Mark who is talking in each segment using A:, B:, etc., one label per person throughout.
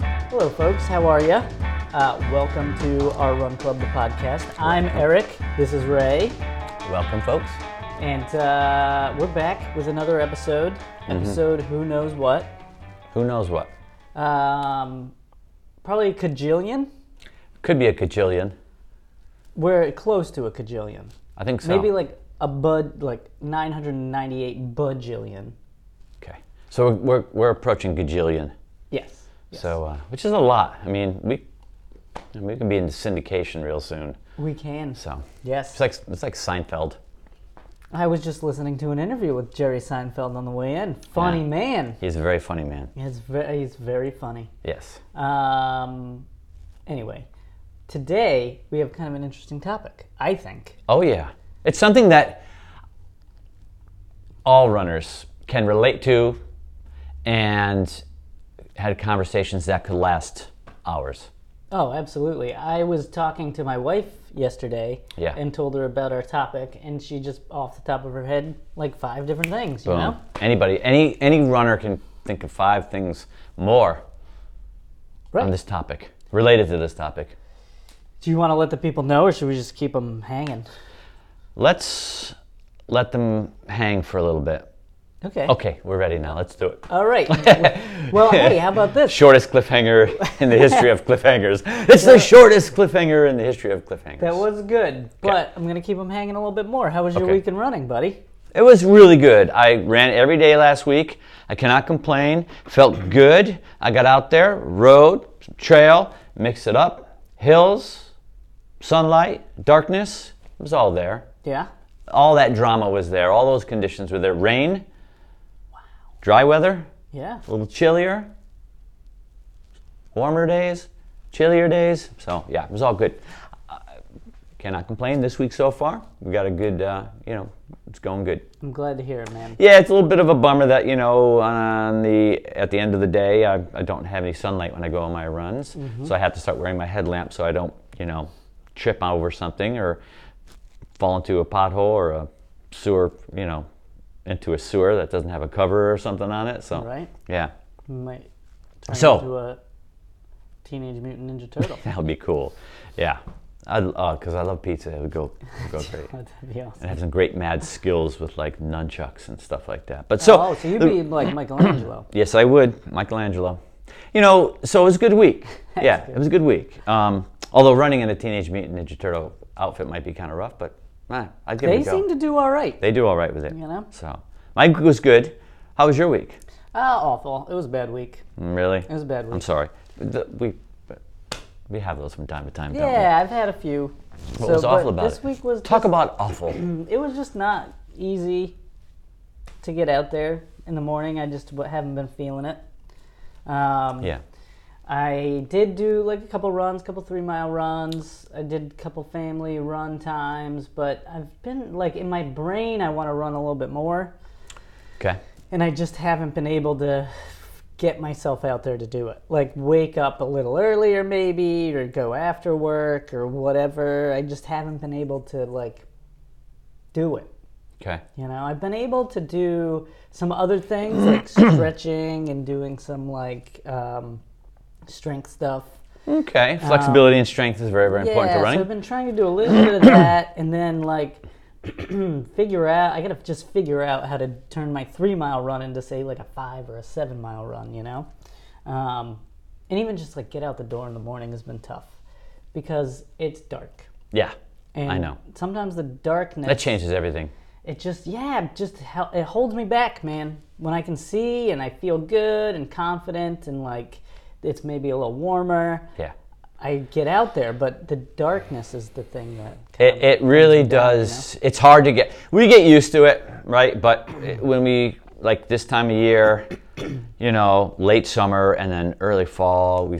A: Hello, folks. How are you? Uh, welcome to our Run Club, the podcast. I'm Eric. This is Ray.
B: Welcome, folks.
A: And uh, we're back with another episode.
B: Mm-hmm.
A: Episode who knows what.
B: Who knows what?
A: Um, probably a cajillion.
B: Could be a cajillion.
A: We're close to a cajillion.
B: I think so.
A: Maybe like a bud, like 998 budjillion.
B: Okay. So we're, we're, we're approaching gajillion.
A: Yes. Yes.
B: So, uh, which is a lot. I mean, we we could be in syndication real soon.
A: we can.
B: So
A: Yes.
B: it's like it's like Seinfeld.
A: I was just listening to an interview with Jerry Seinfeld on the way in. Funny
B: Yeah.
A: man.
B: He's a very funny man.
A: He's very, he's very funny.
B: Yes.
A: Um, anyway, today we have kind of an interesting topic, I think.
B: Oh yeah. It's something that all runners can relate to, and had conversations that could last hours.
A: Oh, absolutely. I was talking to my wife yesterday
B: Yeah.
A: and told her about our topic, and she just, off the top of her head, like five different things, you
B: Boom.
A: know?
B: Anybody, any any runner can think of five things more
A: Right.
B: on this topic, related to this topic.
A: Do you want to let the people know, or should we just keep them hanging?
B: Let's let them hang for a little bit.
A: Okay.
B: Okay, we're ready now. Let's do it.
A: All right. well, hey, how about this?
B: Shortest cliffhanger in the history of cliffhangers. It's the shortest cliffhanger in the history of cliffhangers.
A: That was good, but I'm going to keep them hanging a little bit more. How was your
B: Okay.
A: week in running, buddy?
B: It was really good. I ran every day last week. I cannot complain. Felt good. I got out there, rode, trail, mixed it up. Hills, sunlight, darkness, it was all there.
A: Yeah?
B: All that drama was there. All those conditions were there. Rain, dry weather,
A: Yeah.
B: a little chillier, warmer days, chillier days. So, yeah, it was all good. Uh, cannot complain this week so far. We got a good, uh, you know, it's going good.
A: I'm glad to hear it, man.
B: Yeah, it's a little bit of a bummer that you know on the at the end of the day I, I don't have any sunlight when I go on my runs,
A: Mm-hmm.
B: so I have to start wearing my headlamp so I don't you know trip over something or fall into a pothole or a sewer you know into a sewer that doesn't have a cover or something on it. So
A: Right?
B: yeah,
A: might turn
B: So-
A: into a Teenage Mutant Ninja Turtle.
B: that would be cool. Yeah, I because I love pizza. It would go it would go great.
A: That'd be awesome.
B: I have some great mad skills with like nunchucks and stuff like that. But so
A: oh, so you'd be like Michelangelo.
B: Yes, I would, Michelangelo. You know, so it was a good week. yeah, it was a good week. Um, although running in a Teenage Mutant Ninja Turtle outfit might be kind of rough, but man, I'd give
A: They
B: it a go.
A: seem to do all right.
B: they do all right with it.
A: You know?
B: So my week was good. How was your week?
A: Ah, awful. It was a bad week.
B: Mm, Really?
A: It was a bad
B: I'm
A: week.
B: sorry. The- we we have those from time to time. Don't
A: Yeah, I've had a few.
B: we? What was awful about
A: this
B: it?
A: week was
B: Talk about awful.
A: it was just not easy to get out there in the morning. I just w- haven't been feeling it. Um,
B: yeah.
A: I did do like a couple runs, couple three mile runs. I did a couple family run times, but I've been like in my brain, I want to run a little bit more,
B: Okay.
A: and I just haven't been able to get myself out there to do it. Like wake up a little earlier, maybe, or go after work or whatever. I just haven't been able to like do it.
B: Okay.
A: You know, I've been able to do some other things like stretching and doing some like um, strength stuff.
B: Okay. Flexibility and strength is very, very important to
A: Um, Yeah,
B: running.
A: So I've been trying to do a little bit of that and then like figure out I gotta just figure out how to turn my three mile run into say like a five or a seven mile run, you know? Um, and even just like get out the door in the morning has been tough because it's dark.
B: yeah.
A: And
B: I know.
A: Sometimes the darkness
B: That changes everything.
A: it just yeah it just hel- it holds me back man when i can see and i feel good and confident and like it's maybe a little warmer
B: Yeah.
A: i get out there but the darkness is the thing that kind
B: It, it really does. It's hard to get. We get used to it, right? But it- when we like this time of year, you know, late summer and then early fall, we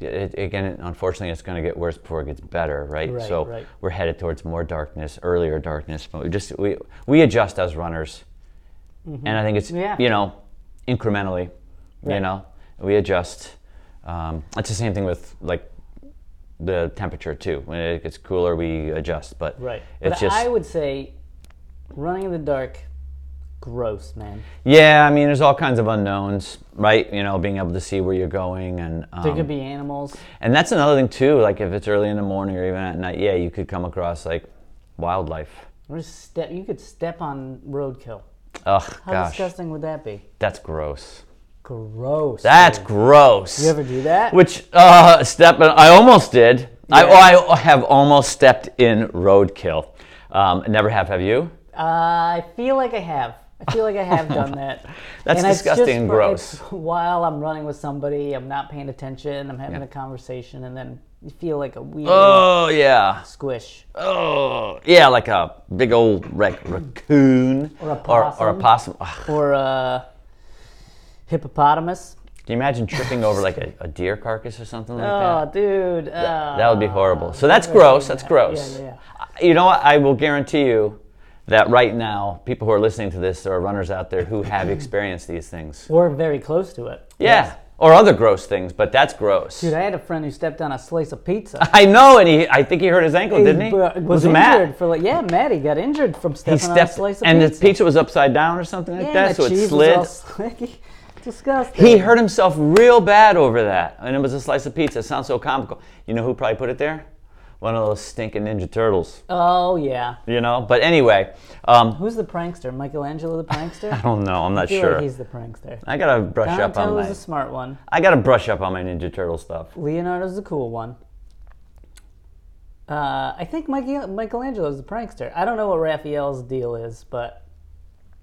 B: it, again, unfortunately, it's going to get worse before it gets better, right?
A: Right,
B: so
A: right.
B: we're headed towards more darkness, earlier darkness. But we just we we adjust as runners, and I think it's
A: Mm-hmm. Yeah.
B: you know incrementally, you
A: Right.
B: know, we adjust. Um, it's the same thing with like the temperature too. When it gets cooler, we adjust. But
A: right
B: it's
A: but
B: just
A: i would say running in the dark gross, man.
B: Yeah, I mean, there's all kinds of unknowns, right? You know, being able to see where you're going, and um,
A: There could be animals.
B: and that's another thing too. Like if it's early in the morning or even at night, yeah, you could come across like wildlife.
A: Or just step. You could step on roadkill.
B: Ugh,
A: How
B: gosh,
A: disgusting would that be?
B: that's gross.
A: Gross.
B: That's
A: dude.
B: gross.
A: You ever do that?
B: Which uh, step? I almost did.
A: Yeah.
B: I, I have almost stepped in roadkill. Um, never have. Have you?
A: Uh, I feel like I have. I feel like I have done that.
B: That's
A: it's just
B: disgusting and
A: for-
B: gross.
A: it's While I'm running with somebody, I'm not paying attention. I'm having a conversation, and then you feel like a weird
B: Oh yeah.
A: squish.
B: Oh yeah, like a big old rac- raccoon
A: Or a
B: Or, a
A: possum.
B: possum. Ugh.
A: Or a hippopotamus.
B: Can you imagine tripping over like a, a deer carcass or something like
A: Oh,
B: that?
A: dude.
B: That would be
A: uh,
B: horrible. So that's
A: never
B: gross.
A: seen
B: That's
A: that.
B: gross. Uh,
A: Yeah, yeah,
B: You know what? I will guarantee you that right now, people who are listening to this, there are runners out there who have experienced these things.
A: yeah. Or very close to it.
B: Yeah. Or other gross things, but that's gross.
A: Dude, I had a friend who stepped on a slice of pizza.
B: I know, and he, I think he hurt his ankle, Oh, didn't he?
A: He uh, was,
B: Was it
A: injured
B: Matt?
A: for like yeah, Maddie got injured from
B: He
A: stepping on a
B: stepped,
A: slice of
B: and
A: pizza.
B: the pizza was upside down or something like
A: Yeah,
B: that,
A: the
B: so it
A: cheese
B: slid.
A: Was all slicky. Disgusting.
B: He hurt himself real bad over that, and it was a slice of pizza. It sounds so comical. You know who probably put it there? One of those stinking Ninja Turtles,
A: Oh yeah.
B: you know? But anyway, um,
A: Who's the prankster? Michelangelo the prankster?
B: I don't know. I'm not
A: I feel
B: sure.
A: like he's the prankster.
B: I gotta brush up on
A: Donatello
B: my.
A: was a smart one.
B: I gotta brush up on my Ninja Turtle stuff.
A: Leonardo's the cool one. Uh, I think Michael- Michelangelo's the prankster. I don't know what Raphael's deal is, but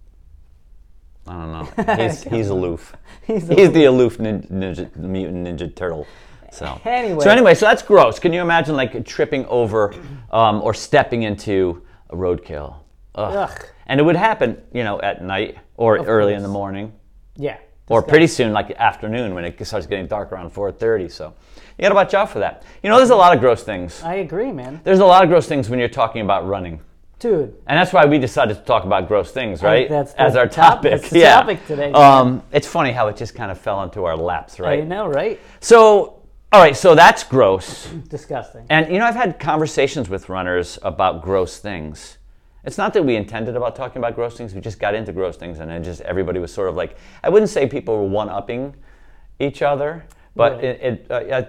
B: I don't know. He's he's aloof.
A: he's a-
B: He's the aloof ninja, ninja mutant ninja turtle. So
A: Anyway.
B: so anyway, so that's gross. Can you imagine like tripping over um, or stepping into a roadkill? Ugh.
A: Ugh.
B: And it would happen, you know, at night or early in the morning,
A: yeah.
B: or pretty soon, like afternoon when it starts getting dark around 4:30. So you got to watch out for that. You know, there's a lot of gross things.
A: I agree, man.
B: There's a lot of gross things when you're talking about running.
A: Dude,
B: And that's why we decided to talk about gross things, right?
A: that's the
B: As our
A: top-
B: topic.
A: that's the
B: yeah.
A: topic today.
B: Um, it's funny how it just kind of fell into our laps,
A: I
B: right?
A: know, right?
B: So, all right, so that's gross.
A: Disgusting.
B: And you know, I've had conversations with runners about gross things. It's not that we intended about talking about gross things, we just got into gross things and then just everybody was sort of like I wouldn't say people were one-upping each other, but
A: Right.
B: it, it uh, uh,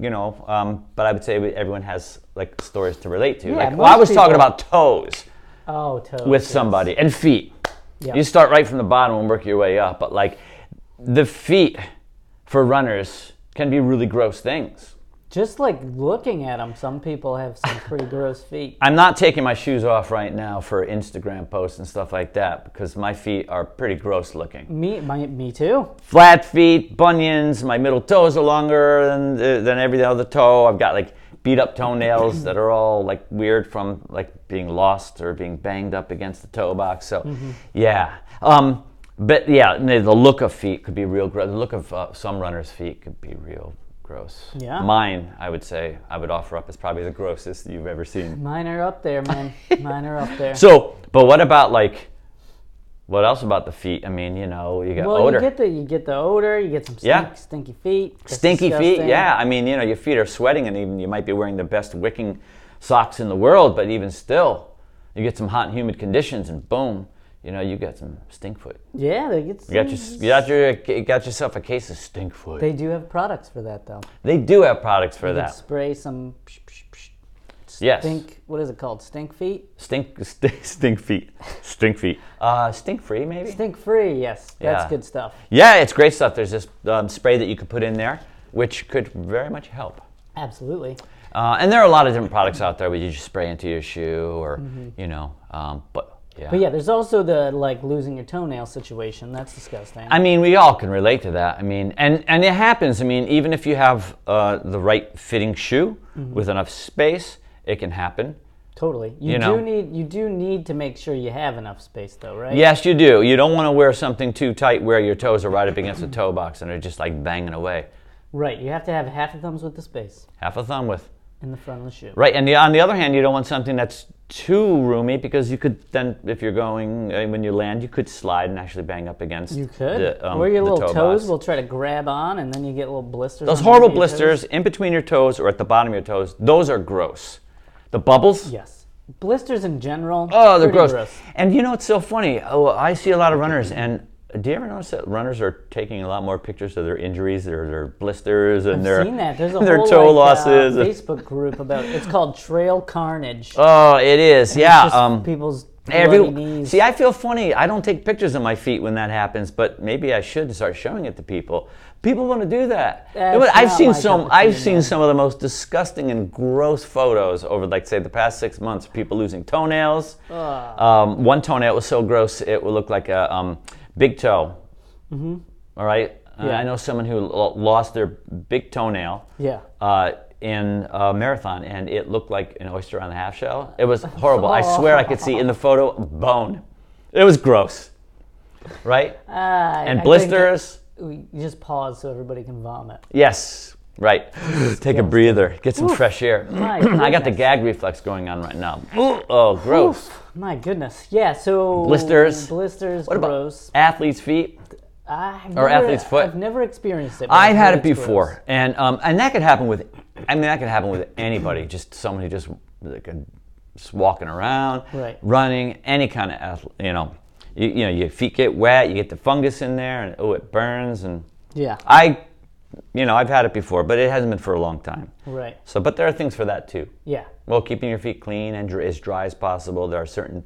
B: you know, um, but I would say we- everyone has like stories to relate to.
A: Yeah,
B: like, well, I
A: most
B: was talking
A: people-
B: about toes
A: Oh, totally.
B: with somebody and feet.
A: Yeah.
B: You start right from the bottom and work your way up, but like the feet for runners can be really gross things.
A: Just like looking at them, some people have some pretty gross feet.
B: I'm not taking my shoes off right now for Instagram posts and stuff like that because my feet are pretty gross looking.
A: Me, my, me too.
B: Flat feet, bunions, my middle toes are longer than uh, than every other toe. I've got like beat up toenails that are all like weird from like being lost or being banged up against the toe box. So,
A: Mm-hmm.
B: yeah. Um, but yeah, and the the look of feet could be real gross. The look of uh, some runners' feet could be real gross.
A: Yeah.
B: Mine, I would say, I would offer up as probably the grossest you've ever seen.
A: Mine are up there, man. Mine are up there.
B: So, but what about like, what else about the feet? I mean, you know, you got
A: well,
B: odor,
A: you get the you get the odor. You get some stink,
B: Yeah.
A: stinky feet. That's
B: stinky feet.
A: disgusting.
B: Yeah, I mean, you know, your feet are sweating, and even you might be wearing the best wicking socks in the world, but even still, you get some hot and humid conditions, and boom, you know, you got some stink foot.
A: yeah. They get. Some,
B: You got your, you got, your, you got yourself a case of stink foot. They,
A: They do have products for that though.
B: do have products for
A: You can
B: that.
A: Spray some. Psh, psh, psh,
B: Yes.
A: Stink. What is it called? Stink feet.
B: Stink, stink, stink feet, stink feet. Uh, stink free, maybe.
A: Stink free. Yes, that's
B: Yeah.
A: good stuff.
B: Yeah, it's great stuff. There's this um, spray that you could put in there, which could very much help.
A: Absolutely.
B: Uh, and there are a lot of different products out there where you just spray into your shoe or, you know, um, but yeah.
A: But yeah, there's also the like losing your toenail situation. That's disgusting.
B: I mean, we all can relate to that. I mean, and, and it happens. I mean, even if you have uh, the right fitting shoe
A: Mm-hmm.
B: with enough space, it can happen.
A: totally. You, do
B: you know.
A: need you do need to make sure you have enough space though, right?
B: Yes, you do. You don't want to wear something too tight where your toes are right up against the toe box and they're just like banging away.
A: Right. You have to have half of thumbs with the space
B: Half a thumb with.
A: in the front of the shoe.
B: Right, and the, on the other hand, you don't want something that's too roomy because you could then, if you're going uh, when you land, you could slide and actually bang up against.
A: You could.
B: The, um,
A: or your
B: the
A: little
B: toe
A: toes
B: box.
A: will try to grab on, and then you get little blisters.
B: Those
A: underneath
B: horrible
A: your toes.
B: blisters in between your toes or at the bottom of your toes. Those are gross. The bubbles.
A: Yes. blisters in general.
B: Oh, they're
A: pretty
B: gross. And you know, it's so funny. Oh, I see a lot of runners, and do you ever notice that runners are taking a lot more pictures of their injuries, their, their blisters, and their
A: Seen that? There's a
B: their
A: whole
B: toe
A: like,
B: losses?
A: Uh, Facebook group about it's called Trail Carnage.
B: oh, it is. Yeah.
A: Just
B: um,
A: people's
B: every-
A: bloody knees.
B: see, I feel funny. I don't take pictures of my feet when that happens, but maybe I should start showing it to people. People want to do that.
A: That's
B: You know what? I've
A: not
B: seen
A: my
B: some.
A: cup of
B: I've
A: tea,
B: seen
A: man.
B: some of the most disgusting and gross photos over, like, say, the past six months. People losing toenails. Um, one toenail was so gross it would look like a um, big toe. All right. Uh,
A: Mm-hmm. Yeah.
B: I know someone who lo- lost their big toenail
A: yeah.
B: uh, in a marathon, and it looked like an oyster on a half shell. It was horrible. I swear I could see in the photo bone. It was gross, right?
A: Ah,
B: and
A: I think
B: blisters.
A: we just pause so everybody can vomit.
B: Yes, right. Take a breather. Get some fresh air.
A: My
B: I got the
A: goodness.
B: gag reflex going on right now. Oh, gross.
A: My goodness. Yeah. So
B: Blisters.
A: Blisters.
B: What about
A: gross.
B: athletes' feet?
A: I've never-
B: or athlete's foot?
A: I've never experienced it. but
B: I've had
A: heard
B: it
A: it's
B: before,
A: gross.
B: and um, and that could happen with, I mean, that could happen with anybody. Just someone who just like a, just walking around,
A: Right.
B: running, any kind of athlete. You know, you, you know, your feet get wet, you get the fungus in there, and oh, it burns. And
A: Yeah.
B: I, you know, I've had it before, but it hasn't been for a long time.
A: Right.
B: So, but there are things for that too.
A: Yeah.
B: Well, keeping your feet clean and dry, as dry as possible. There are certain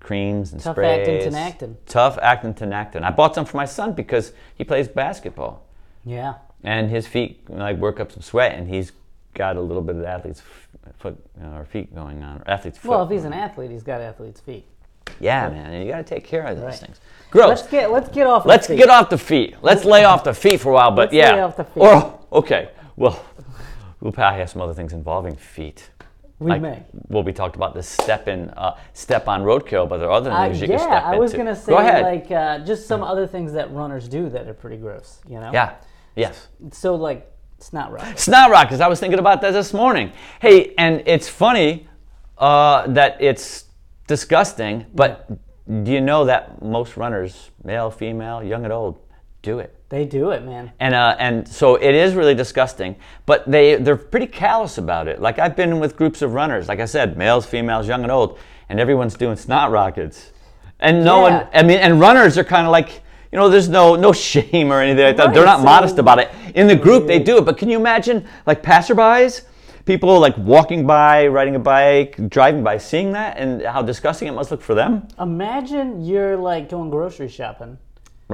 B: creams and
A: Tough
B: sprays.
A: actin, tenactin.
B: Tough actin tenactin. I bought some for my son because he plays basketball
A: Yeah.
B: and his feet like work up some sweat, and he's got a little bit of the athlete's f- foot uh, or feet going on, or athlete's foot.
A: Well, if he's an athlete, he's got athlete's feet.
B: yeah, man, and you got to take care of those
A: Right.
B: things. Gross.
A: Let's get let's get off.
B: Oh. Let's
A: the feet.
B: get off the feet. Let's lay off the feet for a while, but
A: Let's
B: yeah.
A: lay off the feet.
B: Or okay, well, we'll probably have some other things involving feet.
A: We
B: Like,
A: may.
B: Well, we talked about the step in, uh, step on roadkill, but there are other
A: Uh,
B: things you
A: yeah,
B: can step
A: I was
B: into.
A: gonna say
B: Go ahead. Hmm.
A: like uh, just some other things that runners do that are pretty gross. You know.
B: yeah, yes.
A: So like, it's not right.
B: Snot Rockets. I was thinking about that this morning. Hey, and it's funny uh, that it's disgusting, but do you know that most runners, male, female, young and old, do it?
A: They do it, man.
B: And, uh, and so it is really disgusting, but they, they're pretty callous about it. Like I've been with groups of runners, like I said, males, females, young and old, and everyone's doing snot rockets. And no
A: Yeah.
B: one, I mean, and runners are kind of like, you know, there's no, no shame or anything like that. They're
A: Right,
B: not modest
A: so-
B: about it. In the group, they do it, but can you imagine like passerbys? People like walking by, riding a bike, driving by, seeing that, and how disgusting it must look for them.
A: Imagine you're like going grocery shopping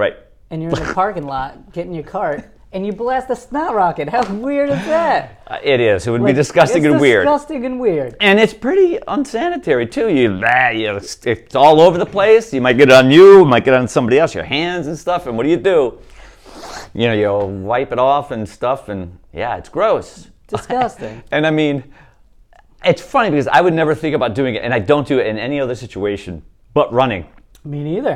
B: Right.
A: and you're in the parking lot getting your cart and you blast a snot rocket. How weird is that?
B: Uh, It is. It would be
A: Like,
B: disgusting
A: it's
B: and weird.
A: Disgusting and weird.
B: and it's pretty unsanitary too. You, ah, you, it's it's all over the place. You might get it on you, you might get it on somebody else, your hands and stuff. And what do you do? You know, you wipe it off and stuff. And yeah, it's gross.
A: Disgusting.
B: And I mean, it's funny because I would never think about doing it, and I don't do it in any other situation but running.
A: Me neither.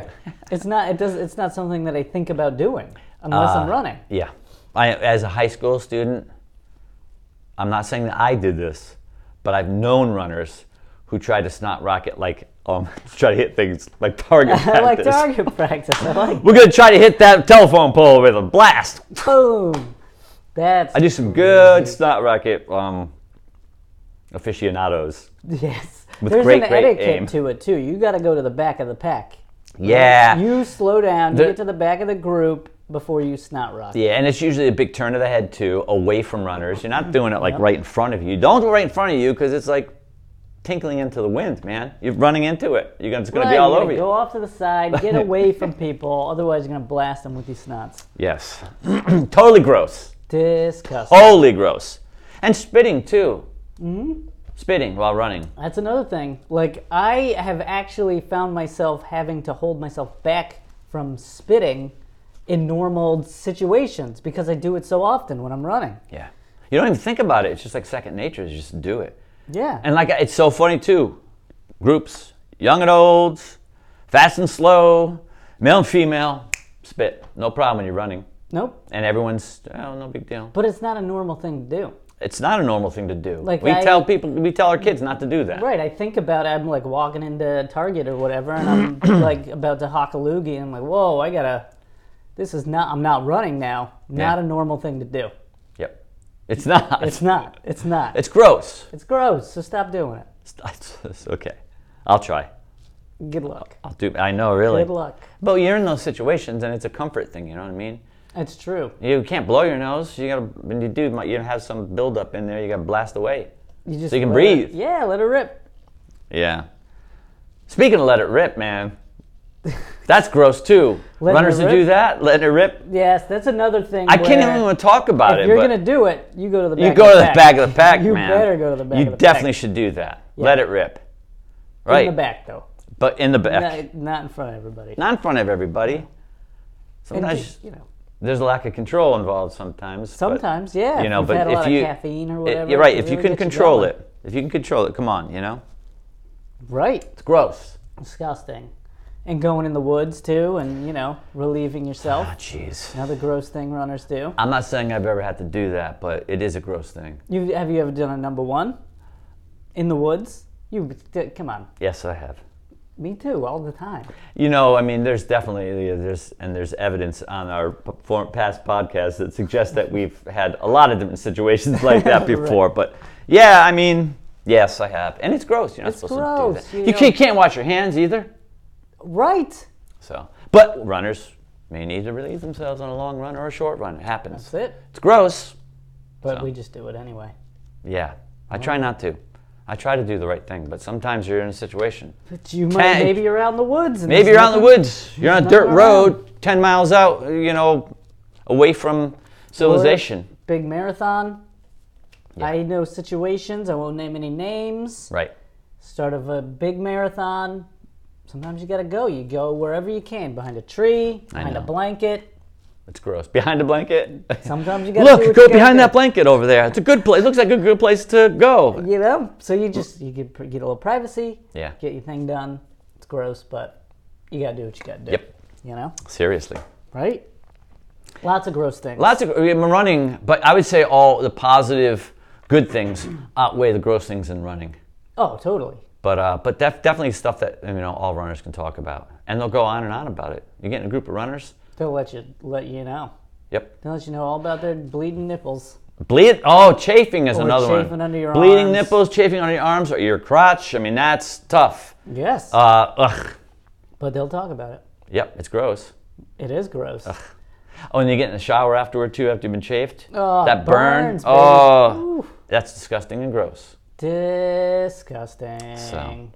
A: It's not. It does. It's not something that I think about doing unless I'm
B: Uh,
A: running.
B: Yeah, I as a high school student, I'm not saying that I did this, but I've known runners who tried to snot rocket like um try to hit things like target
A: I like
B: practice.
A: target practice. I like
B: We're gonna try to hit that telephone pole with a blast.
A: boom. That's
B: I do some good
A: Mm-hmm.
B: snot rocket um aficionados.
A: yes.
B: with
A: There's
B: great,
A: an
B: great
A: etiquette
B: aim.
A: to it too. You got to go to the back of the pack.
B: Yeah.
A: You slow down.
B: The-
A: you get to the back of the group before you snot rock.
B: Yeah, and it's usually a big turn of the head too, away from runners. You're
A: Mm-hmm.
B: not doing it like right in front of you. Don't do it right in front of you because it's like tinkling into the wind, man. You're running into it. You're gonna, it's going to
A: Right,
B: be all
A: you gotta
B: over
A: Go
B: you.
A: off to the side. Get away from people. Otherwise, you're gonna blast them with these snots.
B: Yes, totally gross.
A: Disgusting.
B: Totally gross. And spitting too. Mm-hmm. Spitting while running.
A: That's another thing. Like I have actually found myself having to hold myself back from spitting in normal situations because I do it so often when I'm running.
B: Yeah, you don't even think about it. It's just like second nature. You just do it.
A: Yeah.
B: And like it's so funny too. Groups, young and old, fast and slow, male and female, spit. No problem when you're running.
A: nope.
B: and everyone's oh no big deal.
A: But it's not a normal thing to do.
B: It's not a normal thing to do.
A: Like
B: we
A: I-
B: tell people, we tell our kids not to do that.
A: Right, I think about it, I'm like walking into Target or whatever, and I'm like about to hock a loogie, and I'm like, whoa, I gotta. This is not. I'm not running now. Not a
B: Yeah.
A: normal thing to do.
B: Yep. It's not.
A: It's not. It's not.
B: It's gross.
A: It's gross. So stop doing it.
B: It's okay. I'll try.
A: Good luck.
B: I'll do. I know, really.
A: Good luck.
B: But you're in those situations, and it's a comfort thing. You know what I mean?
A: It's true.
B: You can't blow your nose. You gotta. When you do, you have some buildup in there. You gotta blast away.
A: You just
B: So you can
A: let it-
B: breathe.
A: yeah, let it rip.
B: Yeah. Speaking of let it rip, man, that's gross too.
A: Letting
B: Runners
A: it
B: that do
A: rip?
B: that, letting it rip.
A: Yes, that's another thing.
B: I can't
A: where
B: even want to talk about
A: If
B: it.
A: you're
B: but
A: gonna do it, you go to the back.
B: you go
A: of
B: to
A: the
B: the back of the pack,
A: You
B: man.
A: better go to the back.
B: You
A: of the
B: definitely
A: pack.
B: should do that. Let it rip.
A: in
B: Right,
A: the back though,
B: but in the
A: not,
B: back,
A: not in front of everybody.
B: not in front of everybody.
A: And
B: Sometimes
A: just, you know,
B: there's a lack of control involved. Sometimes. but-
A: sometimes, yeah.
B: you know,
A: if you've
B: but
A: had a
B: if
A: lot
B: you-
A: of caffeine or
B: It-
A: whatever,
B: you're right.
A: it
B: If you
A: really
B: can
A: gets
B: control
A: going.
B: it, if you can control it, come on. You know,
A: right?
B: it's gross.
A: Disgusting. And going in the woods too, and you know, relieving yourself.
B: Ah, Jeez.
A: Another gross thing runners do.
B: I'm not saying I've ever had to do that, but it is a gross thing.
A: You have you ever done a number one in the woods? You come on,
B: Yes, I have.
A: me too, all the time.
B: You know, I mean, there's definitely there's and there's evidence on our p- for- past podcasts that suggests that we've had a lot of different situations like that before. But yeah, I mean, yes, I have, and it's gross. You're not
A: It's
B: supposed
A: gross,
B: to do that.
A: you
B: You,
A: know.
B: ca- can't wash your hands either.
A: Right.
B: So, but runners may need to relieve themselves on a long run or a short run. It happens.
A: That's it.
B: It's gross.
A: But
B: So.
A: we just do it anyway.
B: Yeah, I try not to. I try to do the right thing, but sometimes you're in a situation.
A: But you might
B: Can't-
A: maybe you're out in the woods. And
B: Maybe
A: there's
B: you're out in the
A: nothing-
B: woods. You're on a
A: nothing
B: dirt road, ten miles out. You know, away from civilization.
A: Big marathon. I know situations. I won't name any names.
B: Right.
A: Start of a big marathon. Sometimes you gotta go. You go wherever you can, behind a tree, behind a
B: know.
A: blanket.
B: It's gross. Behind a blanket.
A: Sometimes you gotta do
B: Look,
A: what
B: go
A: you gotta
B: behind
A: do.
B: that blanket over there. It's a good place. Looks like a good place to go.
A: You know, so you just you get get a little privacy.
B: Yeah.
A: Get your thing done. It's gross, but you gotta do what you gotta do.
B: Yep.
A: You know,
B: Seriously.
A: right? Lots of gross things.
B: Lots of I mean, running, but I would say all the positive, good things outweigh the gross things in running.
A: oh, totally.
B: But uh, but def- definitely stuff that you know all runners can talk about, and they'll go on and on about it. You get in a group of runners.
A: They'll let you let you know.
B: Yep.
A: They'll let you know all about their bleeding nipples.
B: Bleed. Oh, chafing is
A: Or
B: another
A: chafing
B: one.
A: under your
B: Bleeding
A: arms.
B: nipples, chafing under your arms or your crotch. I mean, that's tough.
A: Yes.
B: Uh, ugh.
A: but they'll talk about it.
B: Yep, it's gross.
A: It is gross.
B: Oh, and you get in the shower afterward too after you've been chafed.
A: Oh,
B: that burn.
A: burns, baby.
B: oh, that's disgusting and gross.
A: Disgusting.
B: So.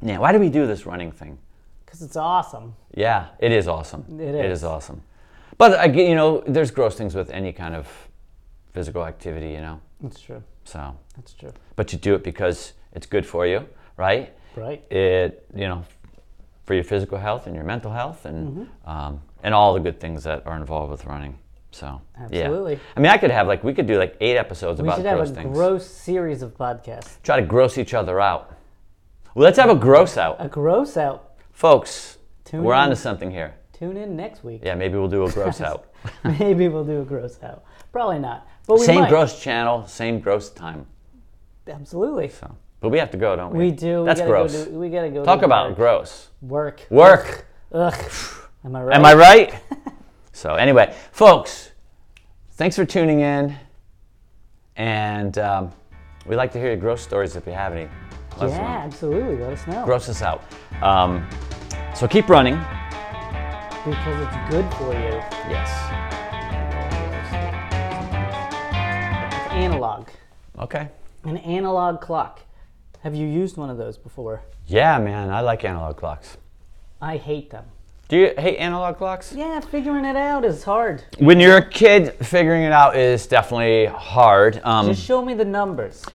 B: Yeah. Why do we do this running thing?
A: Cause it's awesome.
B: Yeah, it is awesome.
A: It
B: It
A: is.
B: is awesome. But I get- you know, there's gross things with any kind of physical activity. You know,
A: That's true.
B: so
A: That's true.
B: but you do it because it's good for you, right?
A: Right.
B: It you know for your physical health and your mental health and
A: Mm-hmm.
B: um, and all the good things that are involved with running. So yeah.
A: Absolutely.
B: I mean, I could have like we could do like eight episodes
A: We
B: about
A: should have
B: gross
A: a
B: things.
A: gross series of podcasts.
B: Try to gross each other out. Well, let's have a gross out,
A: A gross out.
B: folks.
A: Uh, Tune
B: we're
A: in.
B: on to something here.
A: Tune in next week.
B: Yeah, maybe we'll do a gross out.
A: Maybe we'll do a gross out. Probably not. But we
B: Same
A: might.
B: gross channel, same gross time.
A: Absolutely.
B: So, but we have to go, don't we?
A: We do.
B: That's
A: we gotta
B: gross.
A: Go do, we gotta go.
B: Talk
A: do
B: about
A: work.
B: gross
A: work.
B: work.
A: Ugh. Am I right?
B: Am I right? so anyway, folks, thanks for tuning in, and um, we like to hear your gross stories if you have any. Let us know.
A: Yeah, absolutely. Let us know
B: gross us out. Um, so keep running.
A: because it's good for you.
B: Yes.
A: It's analog.
B: Okay.
A: An analog clock. Have you used one of those before?
B: Yeah, man, I like analog clocks.
A: I hate them.
B: Do you hate analog clocks?
A: Yeah, figuring it out is hard.
B: When you're a kid, figuring it out is definitely hard. Um,
A: Just show me the numbers.